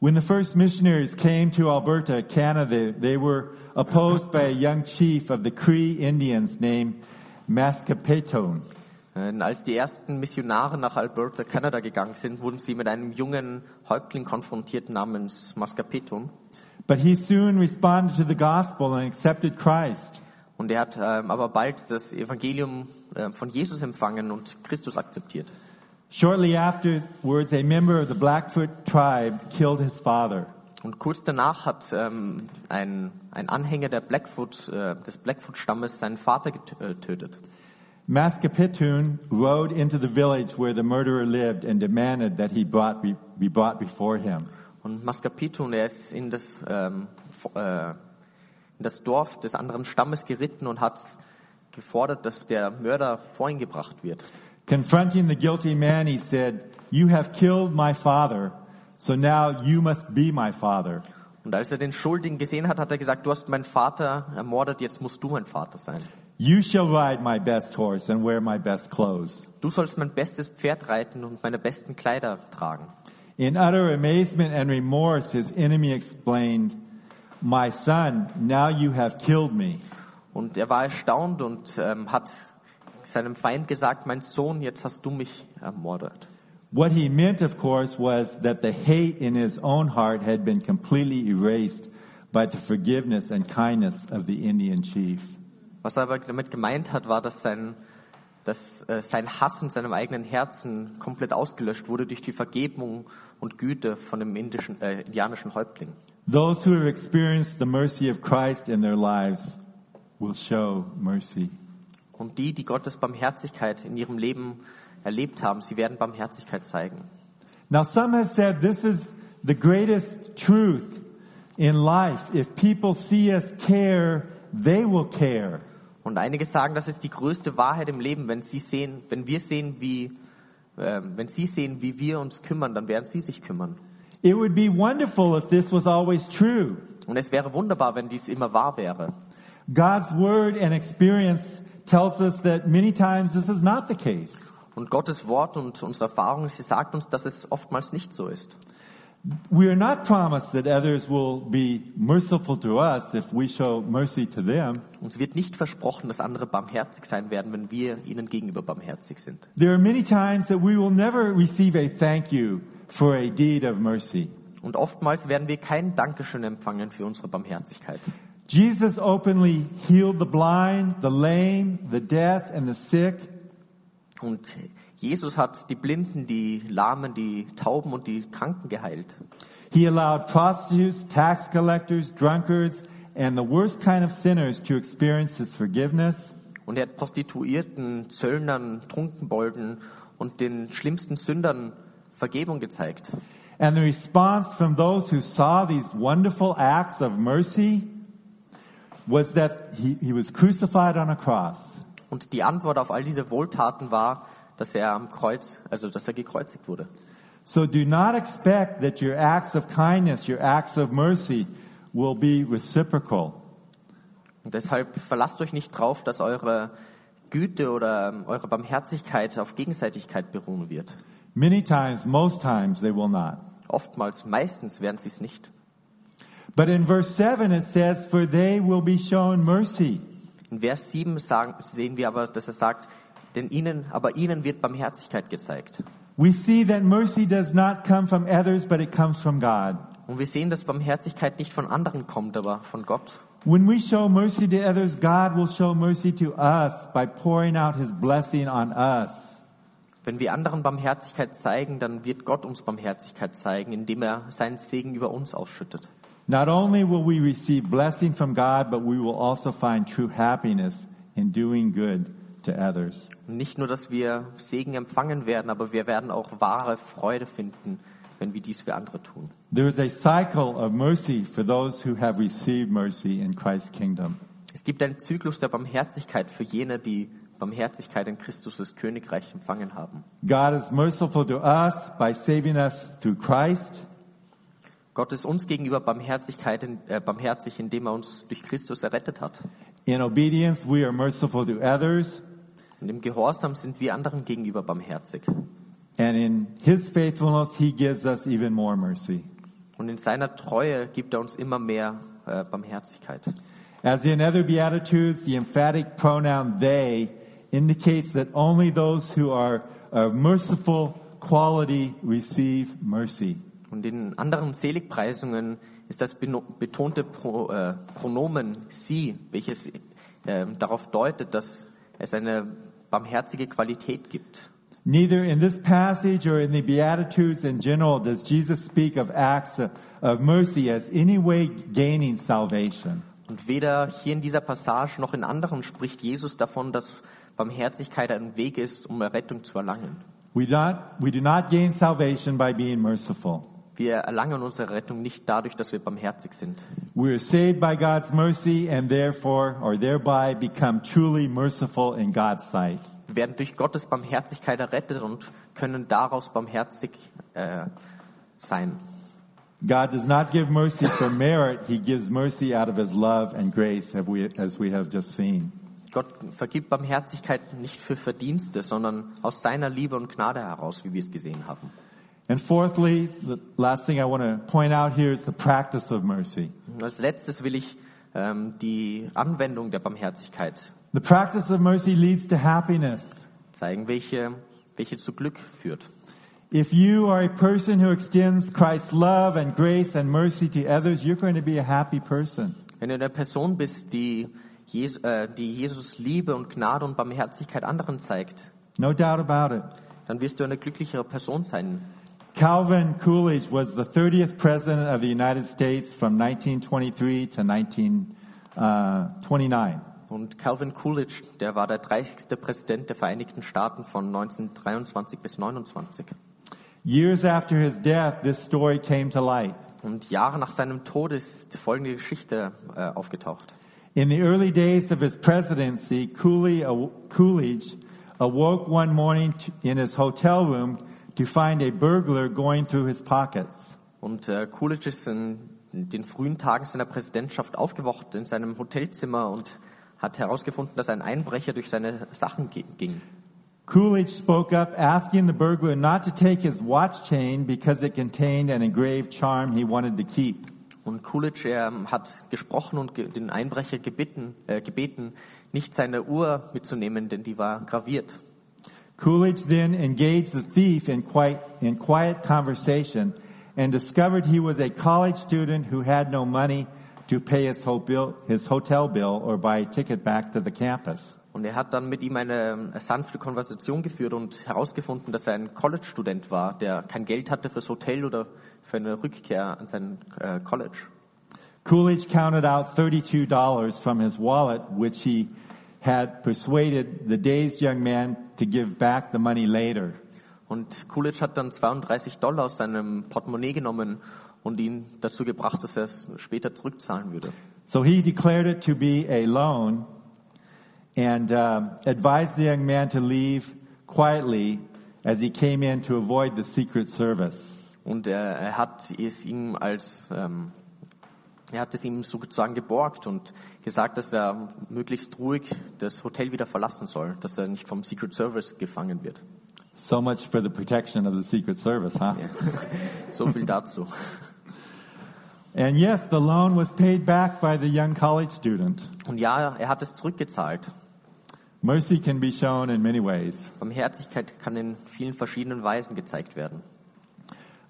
When the first missionaries came to Alberta, Canada, they were opposed by a young chief of the Cree Indians named Mascapetone.
Äh, als die ersten Missionare nach Alberta, Kanada gegangen sind, wurden sie mit einem jungen Häuptling konfrontiert namens Mascapetum.
But he soon responded to the gospel and accepted Christ.
Und er hat ähm, aber bald das Evangelium äh, von Jesus empfangen und Christus akzeptiert.
Shortly afterwards, a member of the Blackfoot tribe killed his father.
Und kurz danach hat ähm, ein, ein Anhänger der Blackfoot, äh, des Blackfoot-Stammes seinen Vater get- äh, getötet.
Mascapitune rode into the village where the murderer lived and demanded that he brought, be, be brought before him.
Und Mascapitun, er ist in das, ähm, f- äh, in das Dorf des anderen Stammes geritten und hat gefordert, dass der Mörder vor ihn gebracht wird.
Confronting the guilty man, he said, You have killed my father, so now you must be my father.
Und als er den Schuldigen gesehen hat, hat er gesagt, du hast meinen Vater ermordet, jetzt musst du mein Vater sein.
You shall ride my best horse and wear my best clothes.
Du sollst mein bestes Pferd reiten und meine besten Kleider tragen.
In utter amazement and remorse, his enemy explained, My son, now you have killed me.
Und er war erstaunt und ähm, hat seinem Feind gesagt, mein Sohn, jetzt hast du mich ermordet.
What he meant, of course, was that the hate in his own heart had been completely erased by the forgiveness and kindness of the Indian chief.
Was er aber damit gemeint hat, war, dass sein, dass, äh, sein Hass in seinem eigenen Herzen komplett ausgelöscht wurde durch die Vergebung und Güte von dem indischen, äh, indianischen Häuptling.
Those who have experienced the mercy of Christ in their lives will show mercy.
Und die, die Gottes Barmherzigkeit in ihrem Leben erlebt haben, sie werden Barmherzigkeit zeigen.
Now, some have said this is the greatest truth in life. If people see us care, they will care.
Und einige sagen, das ist die größte Wahrheit im Leben, wenn sie sehen, wenn wir sehen, wie, ähm, wenn sie sehen, wie wir uns kümmern, dann werden sie sich kümmern.
It would be wonderful if this was always true.
Und es wäre wunderbar, wenn dies immer wahr wäre.
God's word and experience tells us that many times this is not the case.
Und Gottes Wort und unsere Erfahrung, sie sagt uns, dass es oftmals nicht so ist.
We are not promised that others will be merciful to us if we show mercy to them.
Uns wird nicht versprochen, dass andere barmherzig sein werden, wenn wir ihnen gegenüber barmherzig sind.
There are many times that we will never receive a thank you for a deed of mercy.
Und oftmals werden wir kein Dankeschön empfangen für unsere Barmherzigkeit.
Jesus openly healed the blind, the lame, the deaf, and the sick.
Und Jesus hat die Blinden, die Lahmen, die Tauben und die Kranken geheilt.
He allowed prostitutes, tax collectors, drunkards, and the worst kind of sinners to experience his forgiveness.
Und er hat Prostituierten, Zöllnern, Trunkenbolden und den schlimmsten Sündern Vergebung gezeigt.
And the response from those who saw these wonderful acts of mercy was that he, he was crucified on a cross.
Und die Antwort auf all diese Wohltaten war, dass er am Kreuz, also dass er gekreuzigt wurde.
So do not expect that your acts of kindness, your acts of mercy will be reciprocal.
Und deshalb verlasst euch nicht drauf, dass eure Güte oder ähm, eure Barmherzigkeit auf Gegenseitigkeit beruhen wird.
Many times, most times, they will not.
Oftmals, meistens werden sie es nicht.
But in verse 7 it says, For they will be shown mercy.
In Vers 7 sagen, sehen wir aber, dass er sagt, denn ihnen, aber ihnen wird Barmherzigkeit gezeigt.
We see that mercy does not come from others, but it comes from God.
Und wir sehen, dass Barmherzigkeit nicht von anderen kommt, aber von Gott.
When we show mercy to others, God will show mercy to us by pouring out his blessing on us.
Wenn wir anderen Barmherzigkeit zeigen, dann wird Gott uns Barmherzigkeit zeigen, indem er seinen Segen über uns ausschüttet.
Not only will we receive blessing from God, but we will also find true happiness in doing good to others.
Und nicht nur, dass wir Segen empfangen werden, aber wir werden auch wahre Freude finden, wenn wir dies für andere tun.
There is a cycle of mercy for those who have received mercy in Christ's kingdom.
Es gibt einen Zyklus der Barmherzigkeit für jene, die Barmherzigkeit in Christus das Königreich empfangen haben.
God is merciful to us by saving us through Christ.
Gott ist uns gegenüber Barmherzigkeit in, äh, barmherzig, indem er uns durch Christus errettet hat.
In obedience, we are merciful to others.
Und im Gehorsam sind wir anderen gegenüber barmherzig.
And in his faithfulness, he gives us even more mercy.
Und in seiner Treue gibt er uns immer mehr äh, Barmherzigkeit.
As in other Beatitudes, the emphatic pronoun they indicates that only those who are of merciful quality receive mercy.
Und in anderen Seligpreisungen ist das beno- betonte Pro, äh, Pronomen sie, welches äh, darauf deutet, dass es eine barmherzige Qualität gibt.
Neither in this passage or in the Beatitudes in general does Jesus speak of acts of- of mercy as any way gaining salvation.
Und weder hier in dieser Passage noch in anderen spricht Jesus davon, dass Barmherzigkeit ein Weg ist, um Errettung zu erlangen.
We, not, we do not gain salvation by being merciful.
Wir erlangen unsere Rettung nicht dadurch, dass wir barmherzig sind.
We are saved by God's mercy and therefore or thereby become truly merciful in God's sight.
Wir werden durch Gottes Barmherzigkeit errettet und können daraus barmherzig äh, sein.
God does not give mercy for merit, he gives mercy out of his love and grace as we, as we have just seen.
Gott vergibt Barmherzigkeit nicht für Verdienste, sondern aus seiner Liebe und Gnade heraus, wie wir es gesehen haben.
And fourthly, the last thing I want to point out here is the practice of mercy.
Und als letztes will ich ähm, die Anwendung der Barmherzigkeit
The practice of mercy leads to happiness.
zeigen, welche, welche zu Glück führt.
If you are a person who extends Christ's love and grace and mercy to others, you're going to be a happy person.
Wenn du eine Person bist, die, Jes äh, die Jesus Liebe und Gnade und Barmherzigkeit anderen zeigt,
No doubt about it.
dann wirst du eine glücklichere Person sein.
Calvin Coolidge was the 30th president of the United States from 1923 to uh, 1929.
Und Calvin Coolidge, der war der 30. Präsident der Vereinigten Staaten von 1923 bis 29.
Years after his death, this story came to light.
Und Jahre nach seinem Tod ist folgende Geschichte äh, aufgetaucht.
In the early days of his presidency, Cooley- uh, Coolidge awoke one morning t- in his hotel room to find a burglar going through his pockets.
Und äh, Coolidge ist in den frühen Tagen seiner Präsidentschaft aufgewacht in seinem Hotelzimmer und hat herausgefunden, dass ein Einbrecher durch seine Sachen ge- ging.
Coolidge spoke up, asking the burglar not to take his watch chain because it contained an engraved charm he wanted to keep.
Und Coolidge ähm, hat gesprochen und ge den Einbrecher gebeten, äh, gebeten, nicht seine Uhr mitzunehmen, denn die war graviert.
Coolidge then engaged the thief in quiet, in quiet conversation and discovered he was a college student who had no money to pay his, ho- bill, his hotel bill or buy a ticket back to the campus.
Und er hat dann mit ihm eine äh, sanfte Konversation geführt und herausgefunden, dass er ein College-Student war, der kein Geld hatte fürs Hotel oder für eine Rückkehr an sein äh, College.
Coolidge counted out $32 from his wallet, which he had persuaded the dazed young man to give back the money later.
Und Coolidge hat dann 32 Dollar aus seinem Portemonnaie genommen und ihn dazu gebracht, dass er es später zurückzahlen würde.
So he declared it to be a loan and um, advised the young man to leave quietly as he came in to avoid the Secret Service.
Und er, er hat es ihm als ähm, er hat es ihm sozusagen geborgt und gesagt, dass er möglichst ruhig das Hotel wieder verlassen soll, dass er nicht vom Secret Service gefangen wird.
So much for the protection of the Secret Service, huh?
So viel dazu.
And yes, the loan was paid back by the young college student.
Und ja, er hat es zurückgezahlt.
Mercy can be shown in many ways.
Barmherzigkeit kann in vielen verschiedenen Weisen gezeigt werden.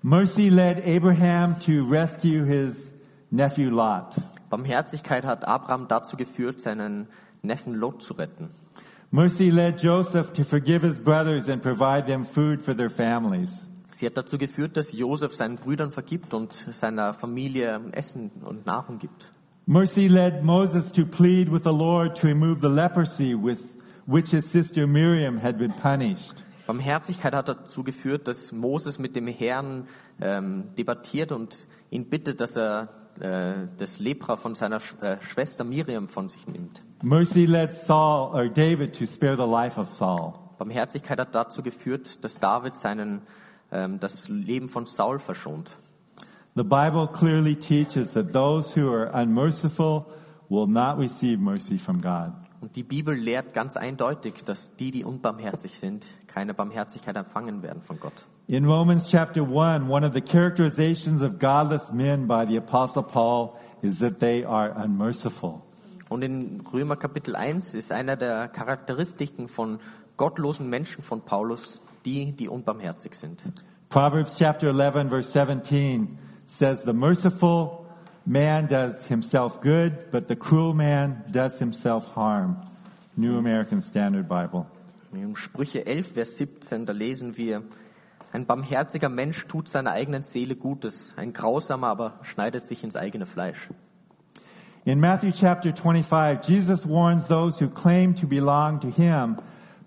Mercy led Abraham to rescue his nephew Lot.
Barmherzigkeit hat Abraham dazu geführt, seinen Neffen Lot zu retten.
Mercy led Joseph to forgive his brothers and provide them food for their families.
Sie hat dazu geführt, dass Josef seinen Brüdern vergibt und seiner Familie Essen und Nahrung gibt.
Mercy led Moses to plead with the Lord to remove the leprosy with which his sister Miriam had been punished.
Barmherzigkeit hat dazu geführt, dass Moses mit dem Herrn ähm, debattiert und ihn bittet, dass er äh, das Lepra von seiner Sch äh, Schwester Miriam von sich nimmt.
Mercy led Saul or David to spare the life of Saul.
Barmherzigkeit hat dazu geführt, dass David seinen ähm, das Leben von Saul verschont.
The Bible clearly teaches that those who are unmerciful will not receive mercy from God.
Und die Bibel lehrt ganz eindeutig, dass die, die unbarmherzig sind, keine Barmherzigkeit empfangen werden von Gott.
In Romans chapter 1, one of the characterizations of godless men by the apostle Paul is that they are unmerciful.
Und in Römer Kapitel 1 ist einer der Charakteristiken von gottlosen Menschen von Paulus die, die unbarmherzig sind.
Proverbs chapter 11 verse 17 says, the merciful man does himself good, but the cruel man does himself harm. New American Standard Bible.
In Sprüche 11, Vers 17, da lesen wir, ein barmherziger Mensch tut seiner eigenen Seele Gutes, ein grausamer aber schneidet sich ins eigene Fleisch.
In Matthew chapter 25, Jesus warns those who claim to belong to him,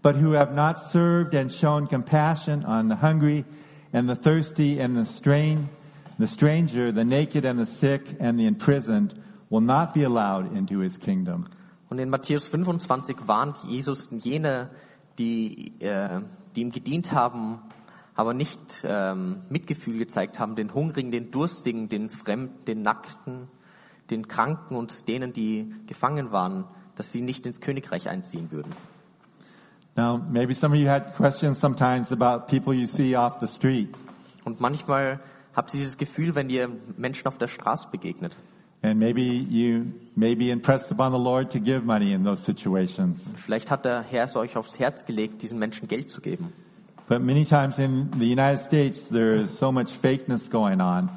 but who have not served and shown compassion on the hungry and the thirsty and the strain, the stranger, the naked and the sick and the imprisoned will not be allowed into his kingdom.
Und in Matthäus 25 warnt Jesus jene, die, äh, die ihm gedient haben, aber nicht ähm, Mitgefühl gezeigt haben, den Hungrigen, den Durstigen, den Fremden, den Nackten, den Kranken und denen, die gefangen waren, dass sie nicht ins Königreich einziehen würden.
Now, maybe some of you had questions sometimes about people you see off the street.
Und manchmal habt ihr dieses Gefühl, wenn ihr Menschen auf der Straße begegnet.
And maybe you may be impressed upon the Lord to give money in those situations.
Vielleicht hat der Herr es euch aufs Herz gelegt, diesen Menschen Geld zu geben.
But many times in the United States, there is so much fakeness going on.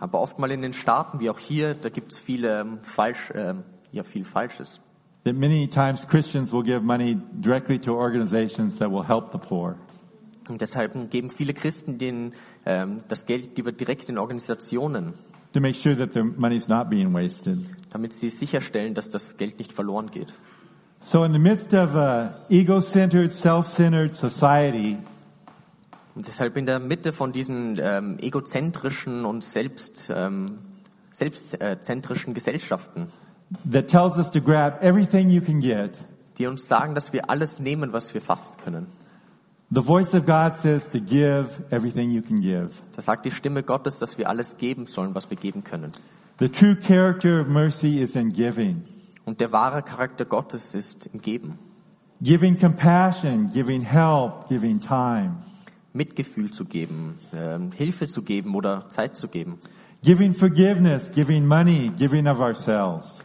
Aber oft mal in den Staaten, wie auch hier, da gibt es viele ähm, falsch, ähm, ja viel Falsches.
that many times Christians will give money directly to organizations that will help the poor.
Und deshalb geben viele Christen den, ähm, das Geld lieber direkt in Organisationen,
To make sure that their money's not being wasted.
damit sie sicherstellen, dass das Geld nicht verloren geht.
So, in the midst of a ego-centered, self-centered society,
Und deshalb in der Mitte von diesen ähm, egozentrischen und selbst, ähm, selbstzentrischen Gesellschaften,
that tells us to grab everything you can get,
die uns sagen, dass wir alles nehmen, was wir fassen können.
the voice of God says to give everything you can give.
Da sagt die Stimme Gottes, dass wir alles geben sollen, was wir geben können.
The true character of mercy is in giving.
Und der wahre Charakter Gottes ist im Geben.
giving compassion, giving help, giving time,
Mitgefühl zu geben, ähm, Hilfe zu geben oder Zeit zu geben,
giving forgiveness, giving money, giving of ourselves,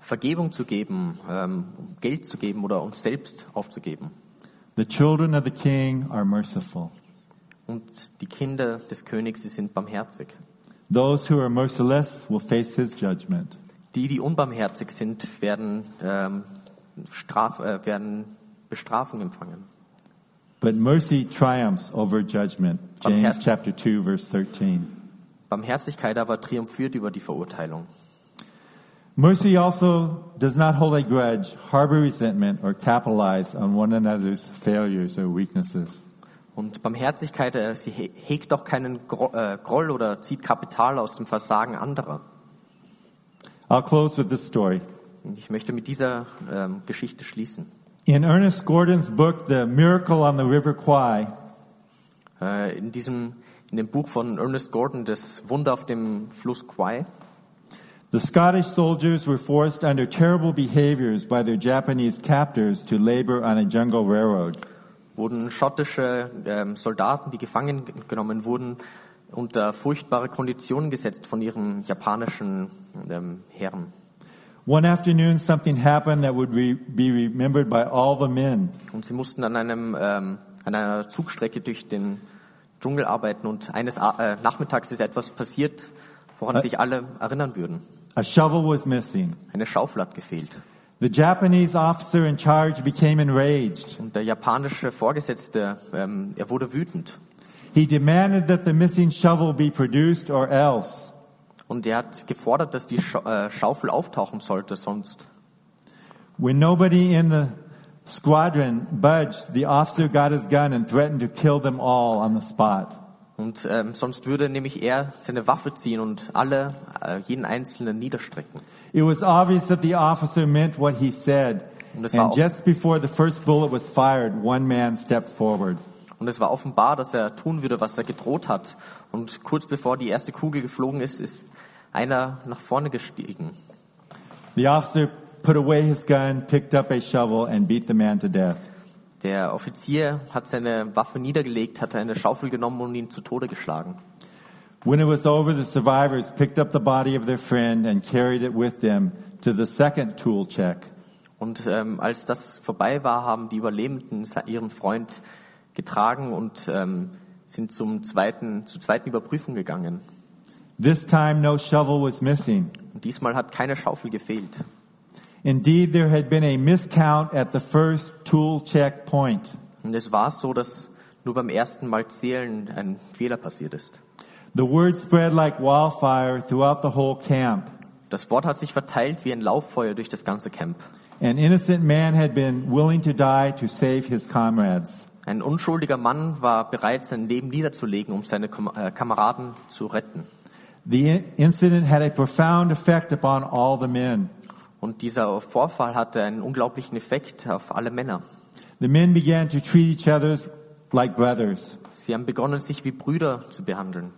Vergebung zu geben, ähm, Geld zu geben oder uns selbst aufzugeben.
The children of the king are merciful.
Und die Kinder des Königs, sie sind barmherzig.
Those who are merciless will face his judgment.
Die, die unbarmherzig sind, werden, ähm, Straf, äh, werden Bestrafung empfangen.
But mercy triumphs over judgment. James
Barmherzig-
chapter 2 verse 13.
Barmherzigkeit aber triumphiert über die Verurteilung.
Mercy also does not hold a grudge, harbor resentment, or capitalize on one another's failures or weaknesses.
Und Barmherzigkeit, äh, sie he- hegt auch keinen Gro äh, Groll oder zieht Kapital aus dem Versagen anderer.
I'll close with this story.
Und ich möchte mit dieser ähm, Geschichte schließen.
In Ernest Gordon's book, The Miracle on the River Kwai,
Äh, in diesem, in dem Buch von Ernest Gordon, das Wunder auf dem Fluss Kwai,
the Scottish soldiers were forced under terrible behaviors by their Japanese captors to labor on a jungle railroad.
wurden schottische ähm, Soldaten, die gefangen ge- genommen wurden, unter furchtbare Konditionen gesetzt von ihren japanischen ähm, Herren.
One afternoon, something happened that would re- be remembered by all the men.
Und sie mussten an einem ähm, an einer Zugstrecke durch den Dschungel arbeiten und eines A- äh, Nachmittags ist etwas passiert, woran
Ä-
sich alle erinnern würden.
A shovel was missing.
Eine Schaufel hat gefehlt.
The Japanese officer in charge became enraged.
Und der japanische Vorgesetzte, ähm, er wurde wütend.
He demanded that the missing shovel be produced or else.
Und er hat gefordert, dass die Scha äh, Schaufel auftauchen sollte, sonst.
When nobody in the squadron budged, the officer got his gun and threatened to kill them all on the spot.
Und ähm, sonst würde nämlich er seine Waffe ziehen und alle, äh, jeden Einzelnen niederstrecken.
It was obvious that the officer meant what he said.
Und es war
And
auch-
just before the first bullet was fired, one man stepped forward.
Und es war offenbar, dass er tun würde, was er gedroht hat. Und kurz bevor die erste Kugel geflogen ist, ist einer nach vorne gestiegen.
The officer put away his gun, picked up a shovel, and beat the man to death.
Der Offizier hat seine Waffe niedergelegt, hat eine Schaufel genommen und ihn zu Tode geschlagen.
When it was over, the survivors picked up the body of their friend and carried it with them to the second tool check.
Und ähm, als das vorbei war, haben die Überlebenden se- ihren Freund getragen und ähm, sind zum zweiten, zur zweiten Überprüfung gegangen.
This time, no shovel was missing.
Und diesmal hat keine Schaufel gefehlt.
Indeed, there had been a miscount at the first tool check point.
Und es war so, dass nur beim ersten Mal zählen ein Fehler passiert ist.
The word spread like wildfire throughout the whole camp.
Das Wort hat sich verteilt wie ein Lauffeuer durch das ganze Camp.
An innocent man had been willing to die to save his comrades.
Ein unschuldiger Mann war bereit, sein Leben niederzulegen, um seine Kam äh, Kameraden zu retten.
The in- incident had a profound effect upon all the men.
Und dieser Vorfall hatte einen unglaublichen Effekt auf alle Männer.
The men began to treat each other like brothers.
Sie haben begonnen, sich wie Brüder zu behandeln.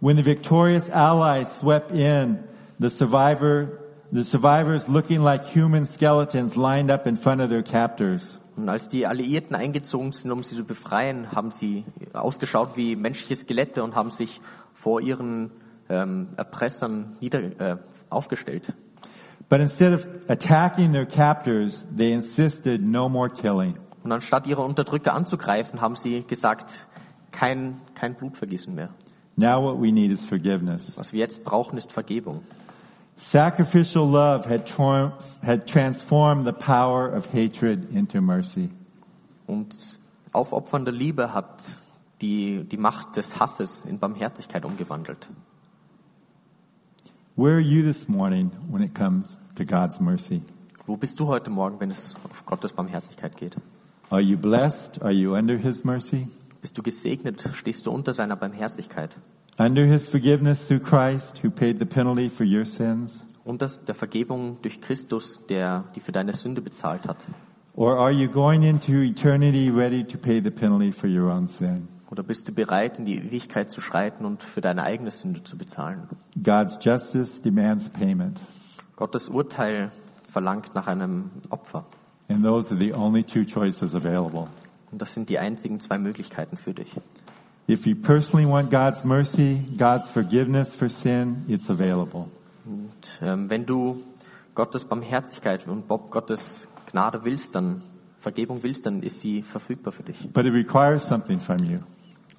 When the victorious allies swept in, the survivor, the survivors looking like human skeletons lined up in front of their captors.
Und als die Alliierten eingezogen sind, um sie zu befreien, haben sie ausgeschaut wie menschliche Skelette und haben sich vor ihren ähm, Erpressern nieder, äh, aufgestellt.
But instead of attacking their captors, they insisted no more killing.
Und anstatt ihre Unterdrücker anzugreifen, haben sie gesagt, kein, kein Blutvergießen mehr.
Now what we need is forgiveness.
Was wir jetzt brauchen, ist Vergebung.
Sacrificial love had, tor- had transformed the power of hatred into mercy.
Und aufopfernde Liebe hat die, die Macht des Hasses in Barmherzigkeit umgewandelt.
Where are you this morning when it comes to God's mercy?
Wo bist du heute Morgen, wenn es auf Gottes Barmherzigkeit geht?
Are you blessed? Are you under His mercy?
Bist du gesegnet? Stehst du unter seiner Barmherzigkeit?
Under His forgiveness through Christ, who paid the penalty for your sins?
Und das der Vergebung durch Christus, der die für deine Sünde bezahlt hat?
Or are you going into eternity ready to pay the penalty for your own sin?
Oder bist du bereit, in die Ewigkeit zu schreiten und für deine eigene Sünde zu bezahlen?
God's justice demands payment.
Gottes Urteil verlangt nach einem Opfer.
And those are the only two choices available.
Und das sind die einzigen zwei Möglichkeiten für dich.
If you personally want God's mercy, God's forgiveness for sin, it's available.
Und, ähm, wenn du Gottes Barmherzigkeit und Bob Gottes Gnade willst, dann Vergebung willst, dann ist sie verfügbar für dich.
But it requires something from you.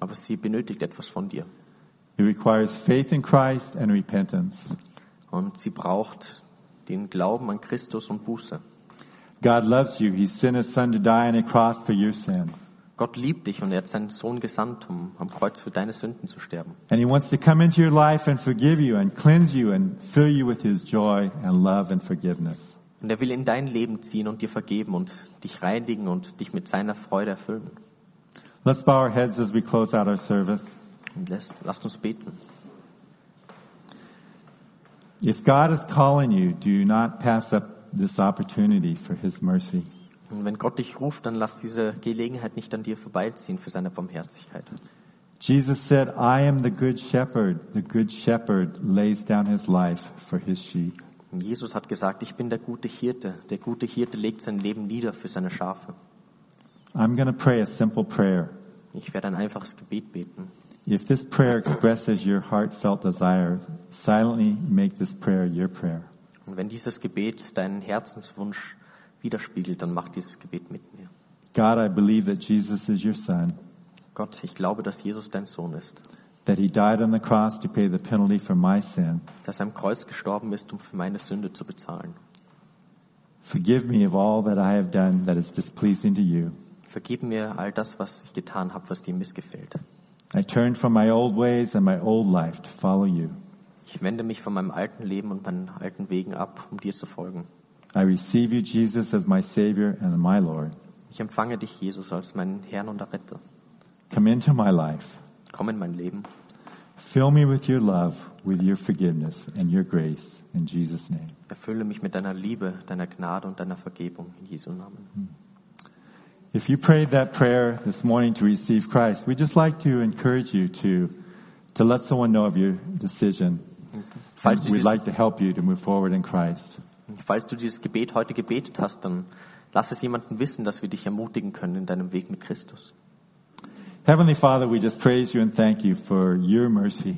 Aber sie benötigt etwas von dir.
It requires faith in Christ and repentance.
Und sie braucht den Glauben an Christus und Buße.
God loves you. He sent his son to die on a cross for your sin.
Gott liebt dich und er hat seinen Sohn gesandt, um am Kreuz für deine Sünden zu sterben.
And he wants to come into your life and forgive you and cleanse you and fill you with his joy and love and forgiveness.
Und er will in dein Leben ziehen und dir vergeben und dich reinigen und dich mit seiner Freude erfüllen.
Let's bow our heads as we close out our service.
Und lasst, lasst uns beten.
If God is calling you, do not pass up this opportunity for his mercy.
Und wenn Gott dich ruft, dann lass diese Gelegenheit nicht an dir vorbeiziehen für seine Barmherzigkeit.
Jesus said, I am the good shepherd. The good shepherd lays down his life for his sheep.
Und Jesus hat gesagt, ich bin der gute Hirte. Der gute Hirte legt sein Leben nieder für seine Schafe.
I'm going to pray a simple prayer.
Ich werde ein einfaches Gebet beten.
If this prayer expresses your heartfelt desire, silently make this prayer your prayer.
Und wenn dieses Gebet deinen Herzenswunsch widerspiegelt, dann mach dieses Gebet mit mir.
God, I believe that Jesus is your son,
Gott, ich glaube, dass Jesus dein Sohn ist,
that he died on the cross to pay the penalty for my sin.
dass er am Kreuz gestorben ist, um für meine Sünde zu bezahlen.
Forgive me of all that I have done that is displeasing to you.
Vergib mir all das, was ich getan habe, was dir missgefällt.
I turn from my old ways and my old life to follow you.
Ich wende mich von meinem alten Leben und meinen alten Wegen ab, um dir zu folgen.
I receive you, Jesus, as my Savior and my Lord.
Ich empfange dich, Jesus, als meinen Herrn und Retter.
Come into my life.
Komm in mein Leben
Fill me with your love, with your forgiveness, and your grace. In Jesus' name.
Erfülle mich mit deiner Liebe, deiner Gnade und deiner Vergebung in Jesu Namen.
If you prayed that prayer this morning to receive Christ, we'd just like to encourage you to, to let someone know of your decision.
Falls du,
We'd
dieses,
like to help you to move forward in Christ.
falls du dieses Gebet heute gebetet hast, dann lass es jemanden wissen, dass wir dich ermutigen können in deinem Weg mit Christus.
Heavenly Father, we just praise you and thank you for your mercy.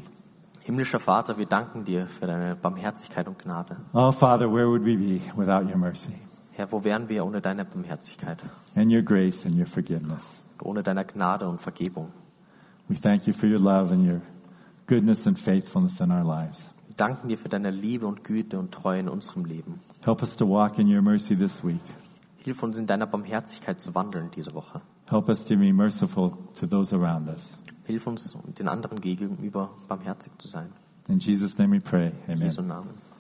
Himmlischer Vater, wir danken dir für deine Barmherzigkeit und Gnade.
Oh, Father, where would we be without your mercy
Herr, wo wären wir ohne deine Barmherzigkeit,
and your grace and your forgiveness?
ohne deiner Gnade und Vergebung?
We thank you for your love and your goodness and faithfulness in our lives.
Wir danken dir für deine Liebe und Güte und Treue in unserem Leben.
Help us to walk in your mercy this week.
Hilf uns in deiner Barmherzigkeit zu wandeln diese Woche.
Help us to be merciful to those around us.
Hilf uns, den anderen gegenüber barmherzig zu sein.
In Jesus' name we pray.
In
Amen.
Jesu Namen.